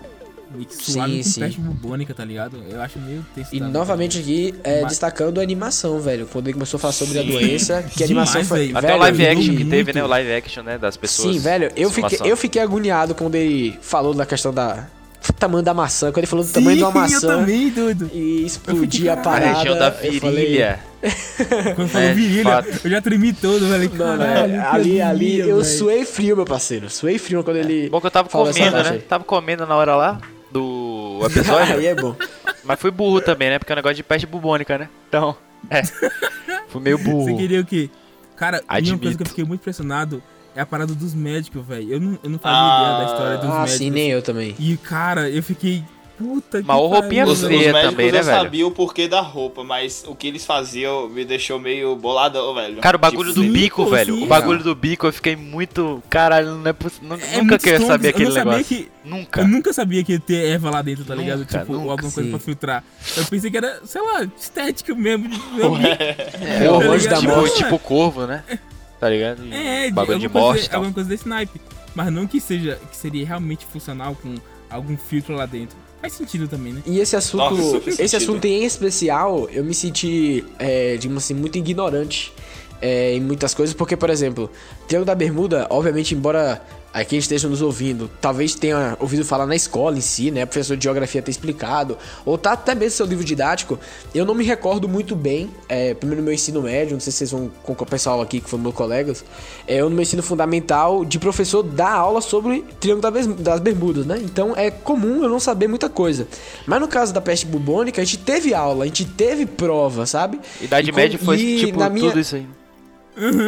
S2: meio que suave
S3: Sim,
S2: com
S3: sim.
S2: peste bubônica tá ligado eu acho meio texto
S3: E novamente aqui, é,
S2: tá Mas-
S3: destacando a animação, velho. Quando ele começou a falar sobre a
S4: Sim.
S3: doença, que
S2: [LAUGHS]
S3: a
S2: Demais,
S3: animação foi.
S2: velho.
S1: Até
S3: velho,
S1: o live action que
S2: muito.
S1: teve, né? O live action, né? Das pessoas.
S3: Sim, velho, eu fiquei,
S1: passando.
S3: eu fiquei agoniado quando ele falou da questão da o tamanho da maçã, quando ele falou do tamanho de tá uma
S2: eu
S3: maçã
S2: também doido
S3: e explodir a
S2: "Caralho,
S1: A
S3: parada.
S1: região da
S3: eu falei,
S1: virilha.
S2: quando falou
S1: É, de
S2: virilha
S1: fato.
S2: eu já tremi todo velho
S3: Mano,
S2: Caralho,
S3: é,
S2: que
S3: ali, ali,
S2: agonia,
S3: eu
S2: velho.
S3: suei frio, meu parceiro. Suei frio quando ele.
S1: É, Bom que eu tava
S3: falou essa
S1: comendo,
S3: taxa
S1: né?
S3: aí.
S1: Tava comendo na hora lá do episódio.
S3: [LAUGHS] Aí é bom.
S1: mas fui burro também, né? Porque é um negócio de peste bubônica, né? Então, é. Fui meio burro.
S2: Você queria o quê? Cara, e uma
S1: Admito.
S2: coisa que eu fiquei muito impressionado é a parada dos médicos, velho. Eu não, eu não fazia
S4: Ah.
S2: ideia da história dos
S3: Ah,
S2: médicos.
S3: sim, nem eu também.
S2: E, cara, eu fiquei. Puta que
S1: Mas o roupinha
S2: pariu,
S4: Os, os
S1: feia Feia
S2: velho.
S4: médicos
S1: também, né,
S4: eu
S1: velho?
S4: sabia o porquê da roupa, mas o que eles faziam me deixou meio boladão, velho.
S1: Cara, o bagulho
S4: Tipo,
S1: do
S2: sim,
S1: bico,
S2: pô,
S1: velho.
S2: sim,
S1: o
S2: cara.
S1: bagulho do bico, eu fiei muito. Caralho, não é possível.
S2: É
S1: nunca
S2: muito
S1: que eu ia
S2: estranho,
S1: saber
S2: eu
S1: aquele
S2: não sabia
S1: negócio.
S2: que- É
S1: Nunca.
S2: Eu nunca sabia que ia ter erva lá dentro, tá ligado?
S1: Nunca,
S2: tipo,
S1: nunca,
S2: alguma coisa
S3: sim.
S2: pra filtrar. Eu pensei que era, sei lá, estética mesmo. de-
S3: É, o
S2: tá
S3: anjo da
S2: ligado?
S1: tipo,
S3: morte.
S1: tipo corvo, né? Tá ligado? E
S2: É, de-
S1: bagulho de
S2: alguma coisa-
S1: morte e tal.
S2: Alguma coisa desse naipe. Mas não que seja, que seria realmente funcional com algum filtro lá dentro. Faz sentido também, né?
S3: E esse assunto,
S4: Nossa, isso fez
S3: esse
S4: sentido.
S3: assunto em especial, eu me senti, é, digamos assim, muito ignorante é, em muitas coisas, porque, por exemplo, Triângulo da Bermuda, obviamente, embora aqui estejam nos ouvindo, talvez tenha ouvido falar na escola em si, né, professor de geografia ter explicado, ou tá até mesmo seu livro didático, eu não me recordo muito bem, é, primeiro no meu ensino médio, não sei se vocês vão com o pessoal aqui que foram meus colegas, é, eu no meu ensino fundamental, de professor dar aula sobre Triângulo da Bes- das Bermudas, né, então é comum eu não saber muita coisa, mas no caso da peste bubônica, a gente teve aula, a gente teve prova, sabe?
S1: Idade
S3: E com-
S1: média foi
S3: e
S1: tipo
S3: na minha-
S1: tudo isso aí.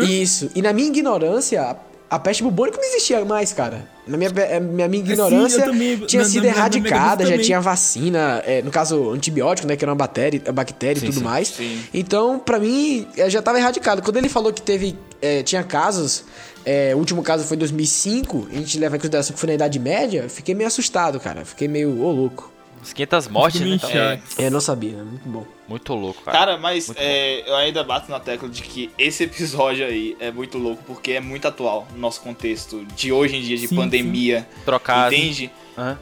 S3: Isso. E na minha ignorância, a- a peste bubônica não existia mais, cara. Na minha, eh, minha, minha
S2: É, sim,
S3: ignorância
S2: eu também-
S3: tinha
S2: na- na-
S3: sido
S2: na- na minha
S3: erradicada,
S2: cabeça
S3: já
S2: também.
S3: tinha vacina, eh, no caso, antibiótico, né? Que era uma bactéria, bactéria e tudo mais.
S4: sim.
S3: Então, pra mim, eh, já tava erradicado. Quando ele falou que teve. eh, tinha casos. eh, o último caso foi em 2005, a gente leva em consideração que foi na Idade Média, eu fiquei meio assustado, cara. Fiquei meio, ô louco. É,
S1: Uns 500 mortes, né? Então,
S2: Tudo em xeque.
S3: Eu não sabia, né, muito bom.
S1: muito louco, cara.
S4: Cara, mas
S1: Muito
S4: é, eu ainda bato na tecla de que esse episódio aí é muito louco, porque é muito atual no nosso contexto de hoje em dia, de
S2: Sim,
S4: pandemia,
S1: Trocado.
S4: entende?
S1: Hã?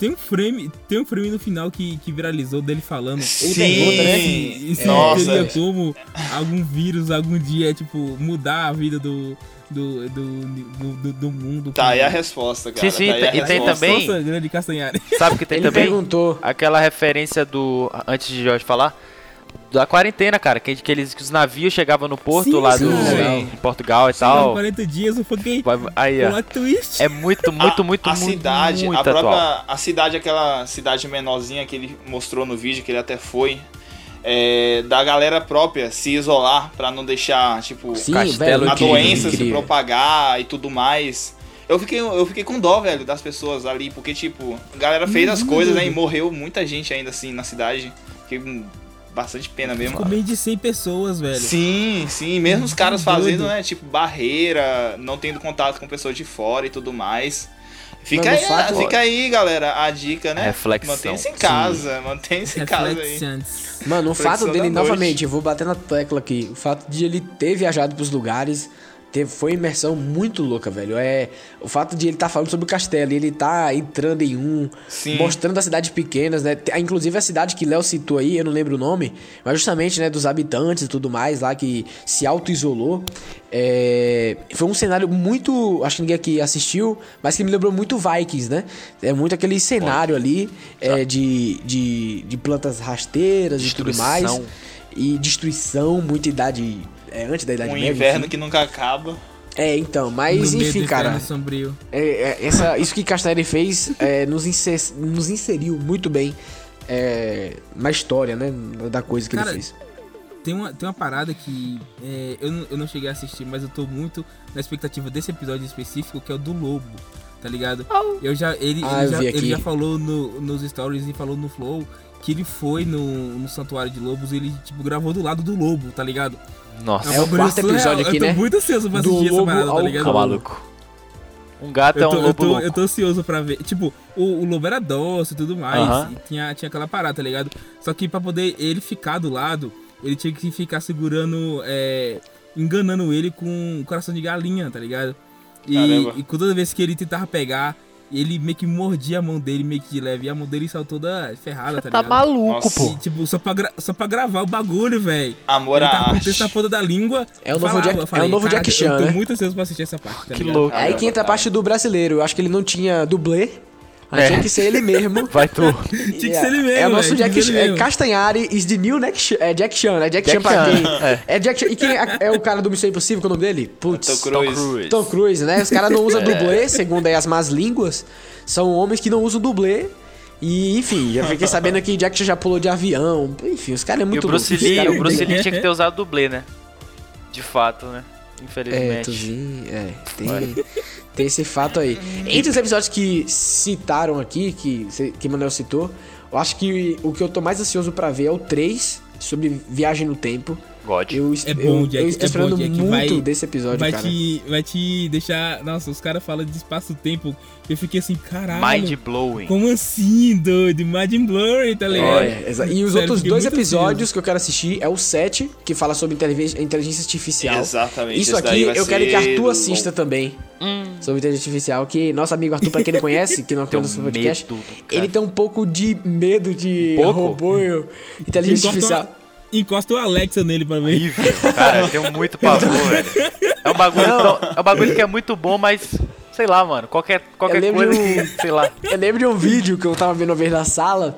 S2: Tem um frame, tem um frame no final que, que viralizou dele falando.
S4: Sim!
S3: pergunta,
S2: é
S3: né?
S2: E se
S4: Nossa.
S2: teria como algum vírus algum dia, tipo, mudar a vida do. do. do, do, do- do mundo.
S4: Tá aí a resposta, cara.
S1: Sim, sim,
S4: tá aí a
S1: e tem
S4: resposta.
S1: também-
S2: Nossa, grande Castanhari.
S1: Sabe o que tem
S3: Ele
S1: também?
S3: perguntou.
S1: Aquela referência do. Antes de Jorge falar. Da quarentena, cara. Que, que, eles, que os navios chegavam no porto
S2: Sim,
S1: lá
S2: sim.
S1: do,
S3: Legal.
S1: de Portugal e
S2: Chegaram [LAUGHS]
S1: tal.
S2: 40 dias, eu foquei.
S1: Vai- Aí, ó.
S2: Plot twist.
S1: É muito, muito,
S4: A-
S1: muito,
S4: a,
S1: muito,
S4: cidade,
S1: muito
S4: a própria É
S1: atual.
S4: a cidade, aquela cidade menorzinha que ele mostrou no vídeo, que ele até foi, é, da galera própria se isolar pra não deixar, tipo,
S3: Sim,
S1: Castelo
S3: velho,
S4: a
S1: incrível,
S4: doença se
S3: incrível.
S4: propagar e tudo mais. Eu fiquei, eu fiquei com dó, velho, das pessoas ali, porque, tipo, a galera fez as
S2: Uhum.
S4: coisas né, e morreu muita gente ainda assim na cidade. Fiquei com bastante pena mesmo.
S2: Ficou bem de 100 pessoas, velho.
S4: Sim, sim, mesmo os caras
S2: Doido.
S4: fazendo, né, tipo, barreira, não tendo contato com pessoas de fora e tudo mais. Fica,
S3: Mano,
S4: aí,
S3: o fato-
S4: fica aí, galera, a dica, né?
S1: Reflexão.
S4: Mantenha-se em
S1: Sim.
S4: casa, mantenha-se em casa aí.
S2: Reflexões.
S3: Mano, o
S4: Flexão
S3: fato dele,
S4: da noite.
S3: novamente, eu vou bater na tecla aqui, o fato de ele ter viajado pros lugares, Teve, foi uma imersão muito louca, velho. É o fato de ele estar tá falando sobre o castelo, e ele tá entrando em um,
S4: Sim.
S3: mostrando as cidades pequenas, né? Tem- Inclusive a cidade que Léo citou aí, eu não lembro o nome, mas justamente, né, dos habitantes e tudo mais lá que se auto-isolou. É, foi um cenário muito, acho que ninguém aqui assistiu, mas que me lembrou muito Vikings, né? É muito aquele cenário ali é, de, de, de plantas rasteiras e tudo
S1: Destruição.
S3: mais. E destruição, muita idade. É, antes da Idade
S4: Um
S3: Média.
S4: inverno
S3: enfim.
S4: que nunca acaba.
S3: É, então, mas
S2: No meio
S3: enfim,
S2: do
S3: cara.
S2: inferno sombrio.
S3: é, é, essa, isso que Castanheira fez é, nos, inser- nos inseriu muito bem é, na história, né? Da coisa que
S2: Cara,
S3: ele fez.
S2: Tem uma, tem uma parada que é, eu, não- eu não cheguei a assistir, mas eu tô muito na expectativa desse episódio específico, que é o do Lobo, tá ligado? Eu já, ele,
S3: Ah,
S2: ele
S3: eu
S2: já,
S3: vi
S2: ele
S3: aqui.
S2: já falou no- nos stories e falou no Flow que ele foi no, no Santuário de Lobos e ele, tipo, gravou do lado do Lobo, tá ligado?
S1: Nossa,
S3: É o
S2: um bagulho
S3: quarto
S2: surreal.
S3: episódio aqui,
S2: eu tô
S3: né?
S2: muito ansioso pra
S3: Do
S2: assistir essa
S3: lobo
S2: parada, tá
S3: ao
S1: é
S2: ligado?
S1: um maluco. Um gato é
S2: Eu tô,
S1: um
S2: eu,
S1: lobo
S2: tô,
S1: louco.
S2: eu tô ansioso pra ver. Tipo, o, o lobo era doce e tudo mais.
S1: Aham.
S2: e tinha, tinha aquela parada, tá ligado? Só que pra poder ele ficar do lado, ele tinha que ficar segurando. é, enganando ele com um coração de galinha, tá ligado? E,
S4: Caramba.
S2: e toda vez que ele tentava pegar, ele meio que mordia a mão dele, meio que de leve. E a mão dele saiu toda ferrada, tá
S1: Tá
S2: ligado?
S1: maluco,
S4: Nossa.
S2: E,
S1: pô.
S2: tipo, só pra, gra- só pra gravar o bagulho, velho.
S4: Amor
S2: Ele
S4: à
S2: tava com o
S4: arte. Um
S2: texto na ponta da língua.
S3: É o novo
S2: falava,
S3: Jack-
S2: eu falei,
S3: é o novo
S2: "Caraca,
S3: Jack Chan,
S2: Eu tô
S3: né?"
S2: muito ansioso pra assistir essa parte, tá
S1: Que
S2: ligado?
S1: louco.
S3: Aí que entra a parte do brasileiro. Eu acho que ele não tinha dublê. Aí
S1: É.
S3: tinha que ser ele mesmo.
S1: Vai tu.
S2: Tinha que
S3: E é-
S2: ser ele mesmo,
S3: É o nosso
S2: velho, tinha que ser
S3: Jack Chan.
S2: ele
S3: É
S2: mesmo.
S3: Castanhari is the new Jack Chan. É Jack Chan, é Jack,
S1: Jack
S3: Chan pra
S1: Chan,
S3: quem. É. Jack Chan. E quem é, é o cara do Missão Impossível? Qual é o nome dele? Putz.
S4: Tom Cruise.
S3: Tom Cruise, né? Os caras não
S1: [LAUGHS] É.
S3: usam dublê, segundo aí as más línguas. São homens que não usam dublê. E, enfim, eu fiquei sabendo que Jack Chan já pulou de avião. Enfim, os caras é
S1: E
S3: muito
S1: o Bruce
S3: louco, os
S1: Lee,
S3: caras
S1: o Bruce
S3: têm-
S1: Lee tinha que ter usado dublê, né? De fato, né?
S3: É,
S1: Infelizmente.
S3: Tuzinho, é, tem, [LAUGHS] tem esse fato aí. Entre os episódios que citaram aqui, que, cê- que Manuel citou, eu acho que o que eu tô mais ansioso pra ver é o 3, sobre viagem no tempo.
S1: God.
S3: Eu, es-
S2: É bom,
S3: eu,
S2: Jack,
S3: eu estou
S2: é
S3: esperando
S2: bom, Jack,
S3: muito
S2: vai-
S3: desse episódio,
S2: vai
S3: cara.
S2: te, vai te deixar. Nossa, os caras falam de espaço-tempo. Eu fiquei assim, caralho.
S1: Mind blowing.
S2: Como assim, doido? Mind Blurry, tá ligado?
S3: É, exa- e os
S2: Sério,
S3: outros
S2: fiquei
S3: dois
S2: muito
S3: episódios que eu quero assistir é o 7, que fala sobre inteligen- inteligência artificial.
S4: Exatamente.
S3: Isso
S4: esse
S3: aqui
S4: daí vai
S3: eu quero que
S4: ser
S3: Arthur
S4: louco.
S3: assista também. Sobre inteligência artificial, que nosso amigo Arthur, pra quem não conhece, que não
S1: Tenho
S3: conhece o podcast,
S1: medo do cara.
S3: ele tem um pouco de medo de
S1: Um pouco?
S3: robô e inteligência
S2: Encosta,
S3: artificial.
S2: o- encosta o Alexa nele pra ver.
S1: horrível. Cara, eu tenho muito pavor, velho. É um bagulho, tão- é um bagulho que é muito bom, mas sei lá, mano. Qualquer, qualquer
S3: Eu lembro
S1: coisa
S3: de um-
S1: que, sei lá.
S3: Eu lembro de um vídeo que eu tava vendo uma vez na sala,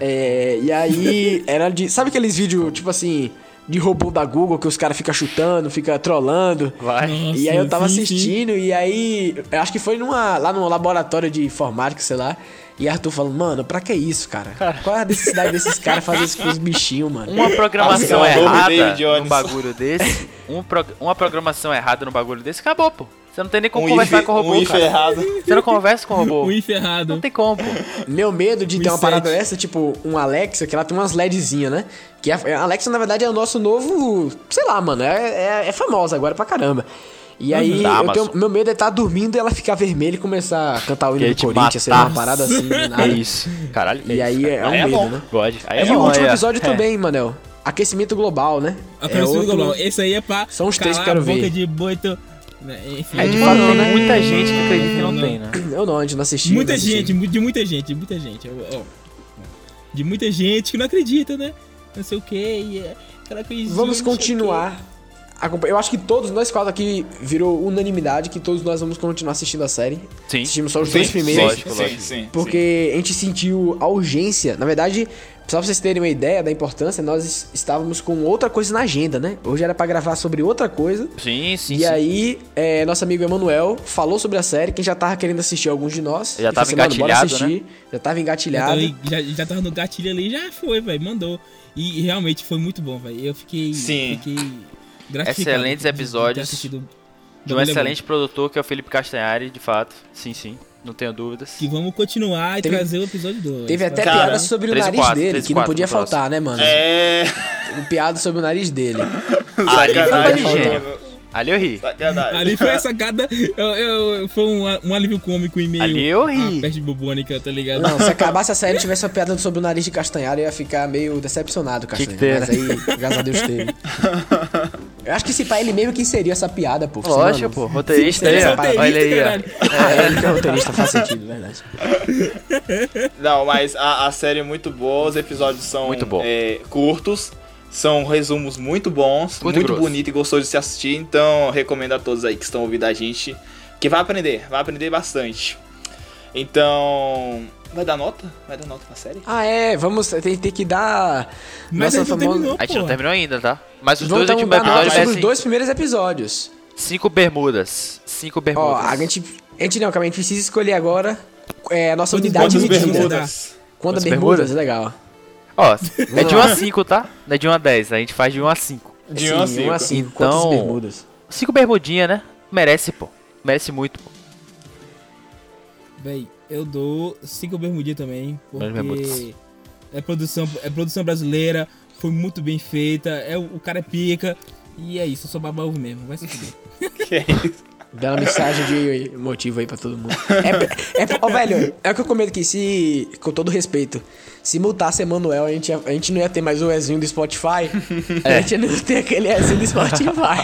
S3: é, e aí era de... Sabe aqueles vídeos, tipo assim, de robô da Google, que os caras ficam chutando, fica trollando?
S1: Vai.
S2: Nossa,
S3: E aí eu tava
S2: sim, sim.
S3: assistindo, e aí. Eu acho que foi numa, lá num laboratório de informática, sei lá. E Arthur falando, mano, pra que isso, cara? Qual é a necessidade desses caras fazer isso com os bichinhos, mano?
S1: Uma programação
S4: Nossa, eu adoro o
S1: errada
S4: David Jones.
S1: num bagulho desse. um prog- uma programação errada num bagulho desse, acabou, pô. Você não tem nem como
S4: Um
S1: conversar
S4: if,
S1: com o robô,
S4: um if
S1: cara.
S4: errado.
S1: Você não conversa com o
S3: [LAUGHS]
S1: robô.
S3: Um
S2: O if
S1: Não
S2: errado.
S1: tem como, pô.
S3: Meu medo de ter uma
S2: Reset.
S3: parada dessa, tipo, um Alexa, que ela tem umas LEDzinhas, né? Que a a Alexa, na verdade, é o nosso novo. Sei lá, mano, é, é, é famosa agora pra caramba. E
S2: Uhum.
S3: aí,
S1: Da
S3: eu
S1: Amazon.
S3: tenho- meu medo é estar dormindo e ela ficar vermelha e começar a cantar o hino
S1: Querer
S3: do
S1: te
S3: Corinthians, sei lá,
S1: é matar. É
S3: uma parada assim,
S2: [LAUGHS]
S3: do nada.
S1: isso. Caralho.
S3: E aí é, um
S4: Aí é
S3: medo,
S4: bom.
S3: né?
S1: God. Aí é
S3: e o
S1: bom,
S3: último
S1: é.
S3: episódio
S1: É.
S3: também, Manel. Aquecimento global, né?
S2: Apareceu o
S3: outro-
S2: Global. Esse aí é pra.
S3: São os três
S2: calar
S3: que eu quero
S2: a boca
S3: ver.
S2: de boito. Enfim,
S1: É, de
S2: hum,
S1: fato,
S3: Não,
S1: tem
S3: né?
S1: muita gente que acredita que não, tem, né?
S3: Eu não, a gente não assistiu.
S2: muita
S3: não assistiu.
S2: gente, mu- de muita gente, de muita gente. Eu- ó, de muita gente que não acredita, né? Não sei o é que.
S3: Vamos continuar. acompan- Eu acho que todos nós quatro aqui virou unanimidade que todos nós vamos continuar assistindo a série.
S1: Sim.
S3: Assistimos só os dois primeiros.
S1: Lógico,
S4: sim,
S1: lógico.
S4: sim.
S3: Porque a gente sentiu a urgência. Na verdade, só pra vocês terem uma ideia da importância, nós es- estávamos com outra coisa na agenda, né? Hoje era pra gravar sobre outra coisa.
S1: Sim, sim,
S3: e
S1: sim.
S3: aí, é, nosso amigo Emanuel falou sobre a série. Quem já tava querendo assistir alguns de nós.
S1: Já
S3: Ele
S1: tava
S3: falou assim, "Mano, bora
S1: engatilhado, né?
S3: assistir." Já tava
S2: Já
S3: engatilhado.
S2: tava, Então já, já tava no gatilho ali, já foi, velho. Mandou. E realmente foi muito bom, velho. Eu fiquei.
S4: Sim.
S2: Fiquei gratificado
S1: Excelentes
S2: de- de ter
S1: episódios
S2: assistido
S1: De um
S2: Bagulho é bom.
S1: excelente produtor que é o Felipe Castanhari, de fato. Sim, sim. Não tenho dúvidas.
S2: Que vamos continuar e
S3: Teve-
S2: trazer o episódio 2.
S3: Teve até
S4: Cara,
S3: piada sobre o
S1: 3 e
S3: nariz
S1: 4,
S3: dele,
S1: 3 e
S3: que não
S1: 4
S3: podia
S1: no próximo.
S3: faltar, né, mano?
S4: É.
S3: Piada sobre o nariz dele.
S1: Ali foi
S4: Sacanagem,
S1: inteligente.
S4: mano.
S1: Ali eu ri.
S4: Sacanagem.
S2: Ali foi a sacada. Eu, eu- foi um, um alívio cômico em meio.
S1: Ali eu
S2: à
S1: ri.
S2: peste bubônica, tá ligado?
S3: Não, se acabasse a série e tivesse uma piada sobre o nariz de Castanhari, eu ia ficar meio decepcionado,
S1: Tinha que
S3: Castanhari.
S1: ter,
S3: Mas
S1: né?
S3: aí, graças a Deus, teve. Eu acho que se pá, ele mesmo que inseriu essa piada, pô.
S1: Lógico, pô.
S3: Senão-
S1: Roteirista
S3: Sim,
S1: aí,
S3: sim,
S1: ó.
S2: roteirista,
S1: Olha aí, ó.
S2: caralho.
S3: É, ele que é roteirista, faz sentido, verdade.
S4: Não, mas a, a série é muito boa, os episódios são
S1: Muito bom.
S4: é, curtos, são resumos muito bons,
S1: Muito
S4: muito,
S1: grosso.
S4: bonito e gostoso de se assistir, então recomendo a todos aí que estão ouvindo a gente, que vai aprender, vai aprender bastante. Então, vai dar nota? Vai dar nota pra série?
S3: Ah, é, vamos tem, tem que dar
S2: Mas
S3: nossa
S2: aí tu
S3: famosa.
S2: terminou,
S1: A gente não
S2: porra.
S1: terminou ainda, tá? Mas os
S3: Vamos
S1: dois
S3: dar um
S1: últimos episódios
S4: nota
S1: é
S3: sobre
S4: sobre
S3: os
S1: assim,
S3: dois primeiros episódios.
S1: cinco bermudas. Cinco bermudas.
S3: Ó, a gente. A gente não, calma, a gente precisa escolher agora é, a nossa
S2: Quantas
S3: unidade
S2: quantas
S3: medida.
S2: bermudas?
S3: Quantas
S1: Quantas
S3: bermudas?
S1: bermudas?
S3: É legal.
S1: Ó, é de 1 a 5, tá? Não é de 1 a 10, a gente faz de 1 a 5.
S4: De 1 a
S3: Sim, um
S4: 5.
S3: cinco.
S1: Então-
S3: Quantas bermudas?
S1: 5 bermudinha, né? Merece, pô. Merece muito, pô.
S2: Véi, eu dou cinco bermudinhas também,
S1: Dois bermudas.
S2: porque é produção, é produção brasileira, foi muito bem feita, é, o o cara é pica, e é isso, eu sou baba ovo mesmo, vai se fuder.
S3: Dá uma mensagem de motivo aí pra todo mundo. É, é, ó, velho, é o que eu comento aqui. Se, com todo respeito, se multasse Emanuel, a gente, ia- a gente não ia ter mais o Ezinho do [LAUGHS] Spotify. A gente não ia ter aquele Ezinho do [LAUGHS] Spotify.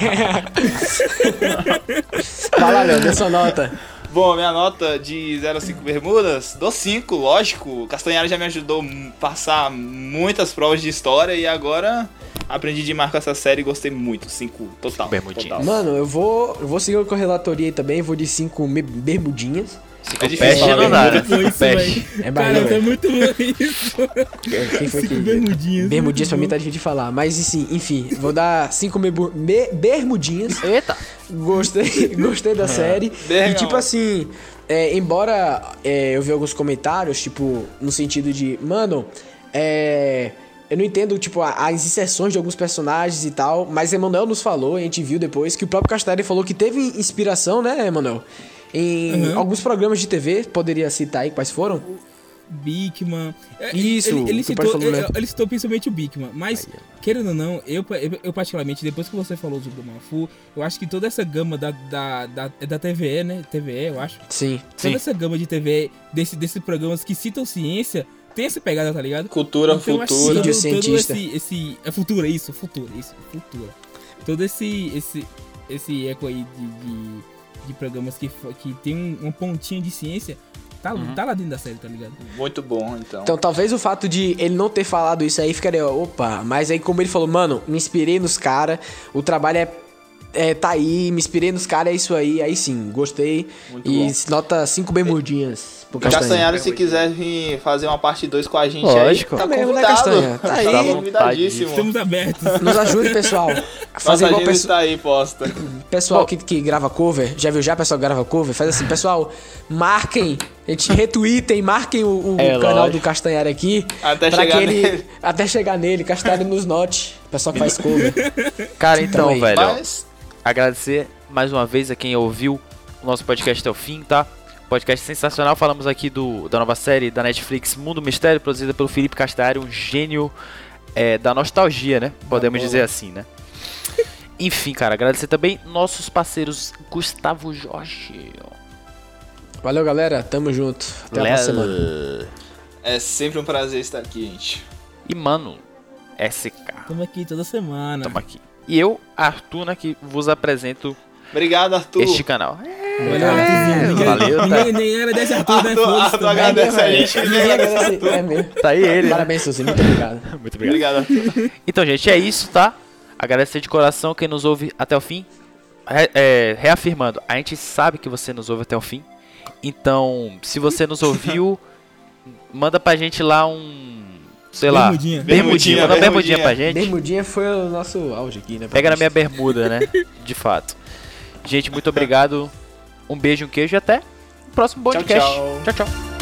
S3: Fala, Léo, dê sua nota.
S4: Bom, minha nota de 0 a 5 bermudas, dou 5, lógico. Castanhari já me ajudou a passar muitas provas de história e agora aprendi demais com essa série e gostei muito. 5 total.
S1: Bermudinhas.
S4: total.
S3: Mano, eu vou, eu vou seguir com a relatoria aí também. Vou de 5 bermudinhas.
S1: Cinco
S4: É difícil
S1: peste
S4: falar
S1: não dá, né?
S2: [LAUGHS]
S4: bermuda
S2: Foi isso,
S1: Peste.
S2: véi.
S3: É
S2: Cara,
S3: barulho.
S2: tá muito bom [LAUGHS] isso.
S3: É, Quem foi
S2: Cinco
S3: que-
S2: bermudinhas.
S3: Bermudinhas pra mim tá difícil de falar, mas assim, enfim, vou dar 5 bermudinhas.
S1: Eita.
S3: Gostei, gostei da série.
S4: Legal.
S3: E tipo assim, é, embora é, eu vi alguns comentários, tipo, no sentido de, mano, é, Eu não entendo, tipo, a- as inserções de alguns personagens e tal, mas Emanuel nos falou, a gente viu depois, que o próprio Castanheira falou que teve inspiração, né, Emanuel? Em alguns programas de TV, poderia citar aí quais foram?
S2: Bigman. É,
S3: Isso,
S2: ele, ele
S3: que o pai
S2: citou,
S3: falou, né?
S2: ele, ele citou principalmente o Bigman, mas, querendo ou não, eu, eu, eu particularmente, depois que você falou do Mafu, eu acho que toda essa gama da, da, da, é da TVE, né? TVE, eu acho.
S3: Sim.
S1: Sim.
S2: Toda essa gama de TV, desse, desses programas que citam ciência, tem essa pegada, tá ligado?
S4: Cultura,
S2: Então, eu acho que
S4: futura.
S3: Vídeo
S2: todo- todo
S3: cientista.
S2: esse, esse, é futura, isso, futura, isso, futura. Todo esse, esse, esse eco aí de, de, de programas que, fa- que tem um, um pontinho de ciência, tá, tá lá dentro da série, tá ligado?
S4: Muito bom, então.
S3: Então talvez o fato de ele não ter falado isso aí ficaria, opa, mas aí como ele falou, mano, me inspirei nos caras, o trabalho é, é, tá aí, me inspirei nos caras, é isso aí, aí sim, gostei.
S4: Muito
S3: e
S4: bom.
S3: nota 5 bermudinhas pro Castanha.
S4: Castanhari, se quiser vir fazer uma parte 2 com a gente
S1: Lógico.
S4: aí, tá
S3: Tá mesmo, né, Castanha?
S4: convidado. [LAUGHS]
S3: Tá
S1: aí.
S4: convidadíssimo.
S2: Estamos abertos.
S3: Nos ajude,
S4: [LAUGHS]
S3: pessoal. a Fazer
S4: Nossa
S3: igual o
S4: agenda
S3: pesso-
S4: está aí posta.
S3: pessoal que, que grava cover. Já viu já, pessoal que grava cover? Faz assim, pessoal, marquem, a gente retweetem, marquem o, o
S1: É,
S3: canal
S1: lógico.
S3: do Castanhari aqui.
S4: Até
S3: pra
S4: chegar
S3: que ele-
S4: nele.
S3: Até chegar nele, Castanhari nos note. Pessoal que faz
S4: [LAUGHS]
S3: cover.
S1: Cara, então,
S3: aí.
S1: velho. ó,
S4: Mas,
S1: Agradecer mais uma vez a quem ouviu o nosso podcast até o fim, tá? Podcast sensacional. Falamos aqui do, da nova série da Netflix Mundo Mistério, produzida pelo Felipe Castanhari, um gênio é, da nostalgia, né? Podemos dizer assim, né? [LAUGHS] Enfim, cara, agradecer também nossos parceiros Gustavo Jorge.
S3: Valeu, galera. Tamo junto. Até a
S1: Léo.
S3: próxima semana.
S4: é sempre um prazer estar aqui, gente.
S1: E mano, SK.
S2: Estamos aqui toda semana.
S1: Tamo aqui. E eu, Arthur, né, que vos apresento
S4: Obrigado, Arthur.
S1: este canal.
S3: É.
S2: Olha, Arthurzinho, É, ninguém-
S1: valeu, tá.
S2: ninguém- ninguém era desse Arthur, né?
S4: Arthur,
S2: Foda-se
S4: Arthur
S2: também.
S4: agradece. Agradece a gente.
S3: Ninguém agradece. É mesmo.
S1: Tá aí [LAUGHS] ele. né?
S3: Parabéns, Suzy. Muito obrigado.
S1: Muito obrigado.
S4: Obrigado, Arthur.
S1: Então, gente, é isso, tá? Agradecer de coração quem nos ouve até o fim. Re- é, reafirmando, a gente sabe que você nos ouve até o fim. Então, se você nos ouviu, [LAUGHS] manda pra gente lá um. Sei lá.
S2: Bermudinha.
S1: Bermudinha. Manda bermudinha
S4: Bermudinha.
S1: pra gente.
S3: Bermudinha foi o nosso auge aqui, né?
S1: Pega na minha bermuda,
S4: [LAUGHS]
S1: né? De fato. Gente, muito obrigado. Um beijo, um queijo e até o próximo podcast.
S4: tchau.
S1: tchau. tchau.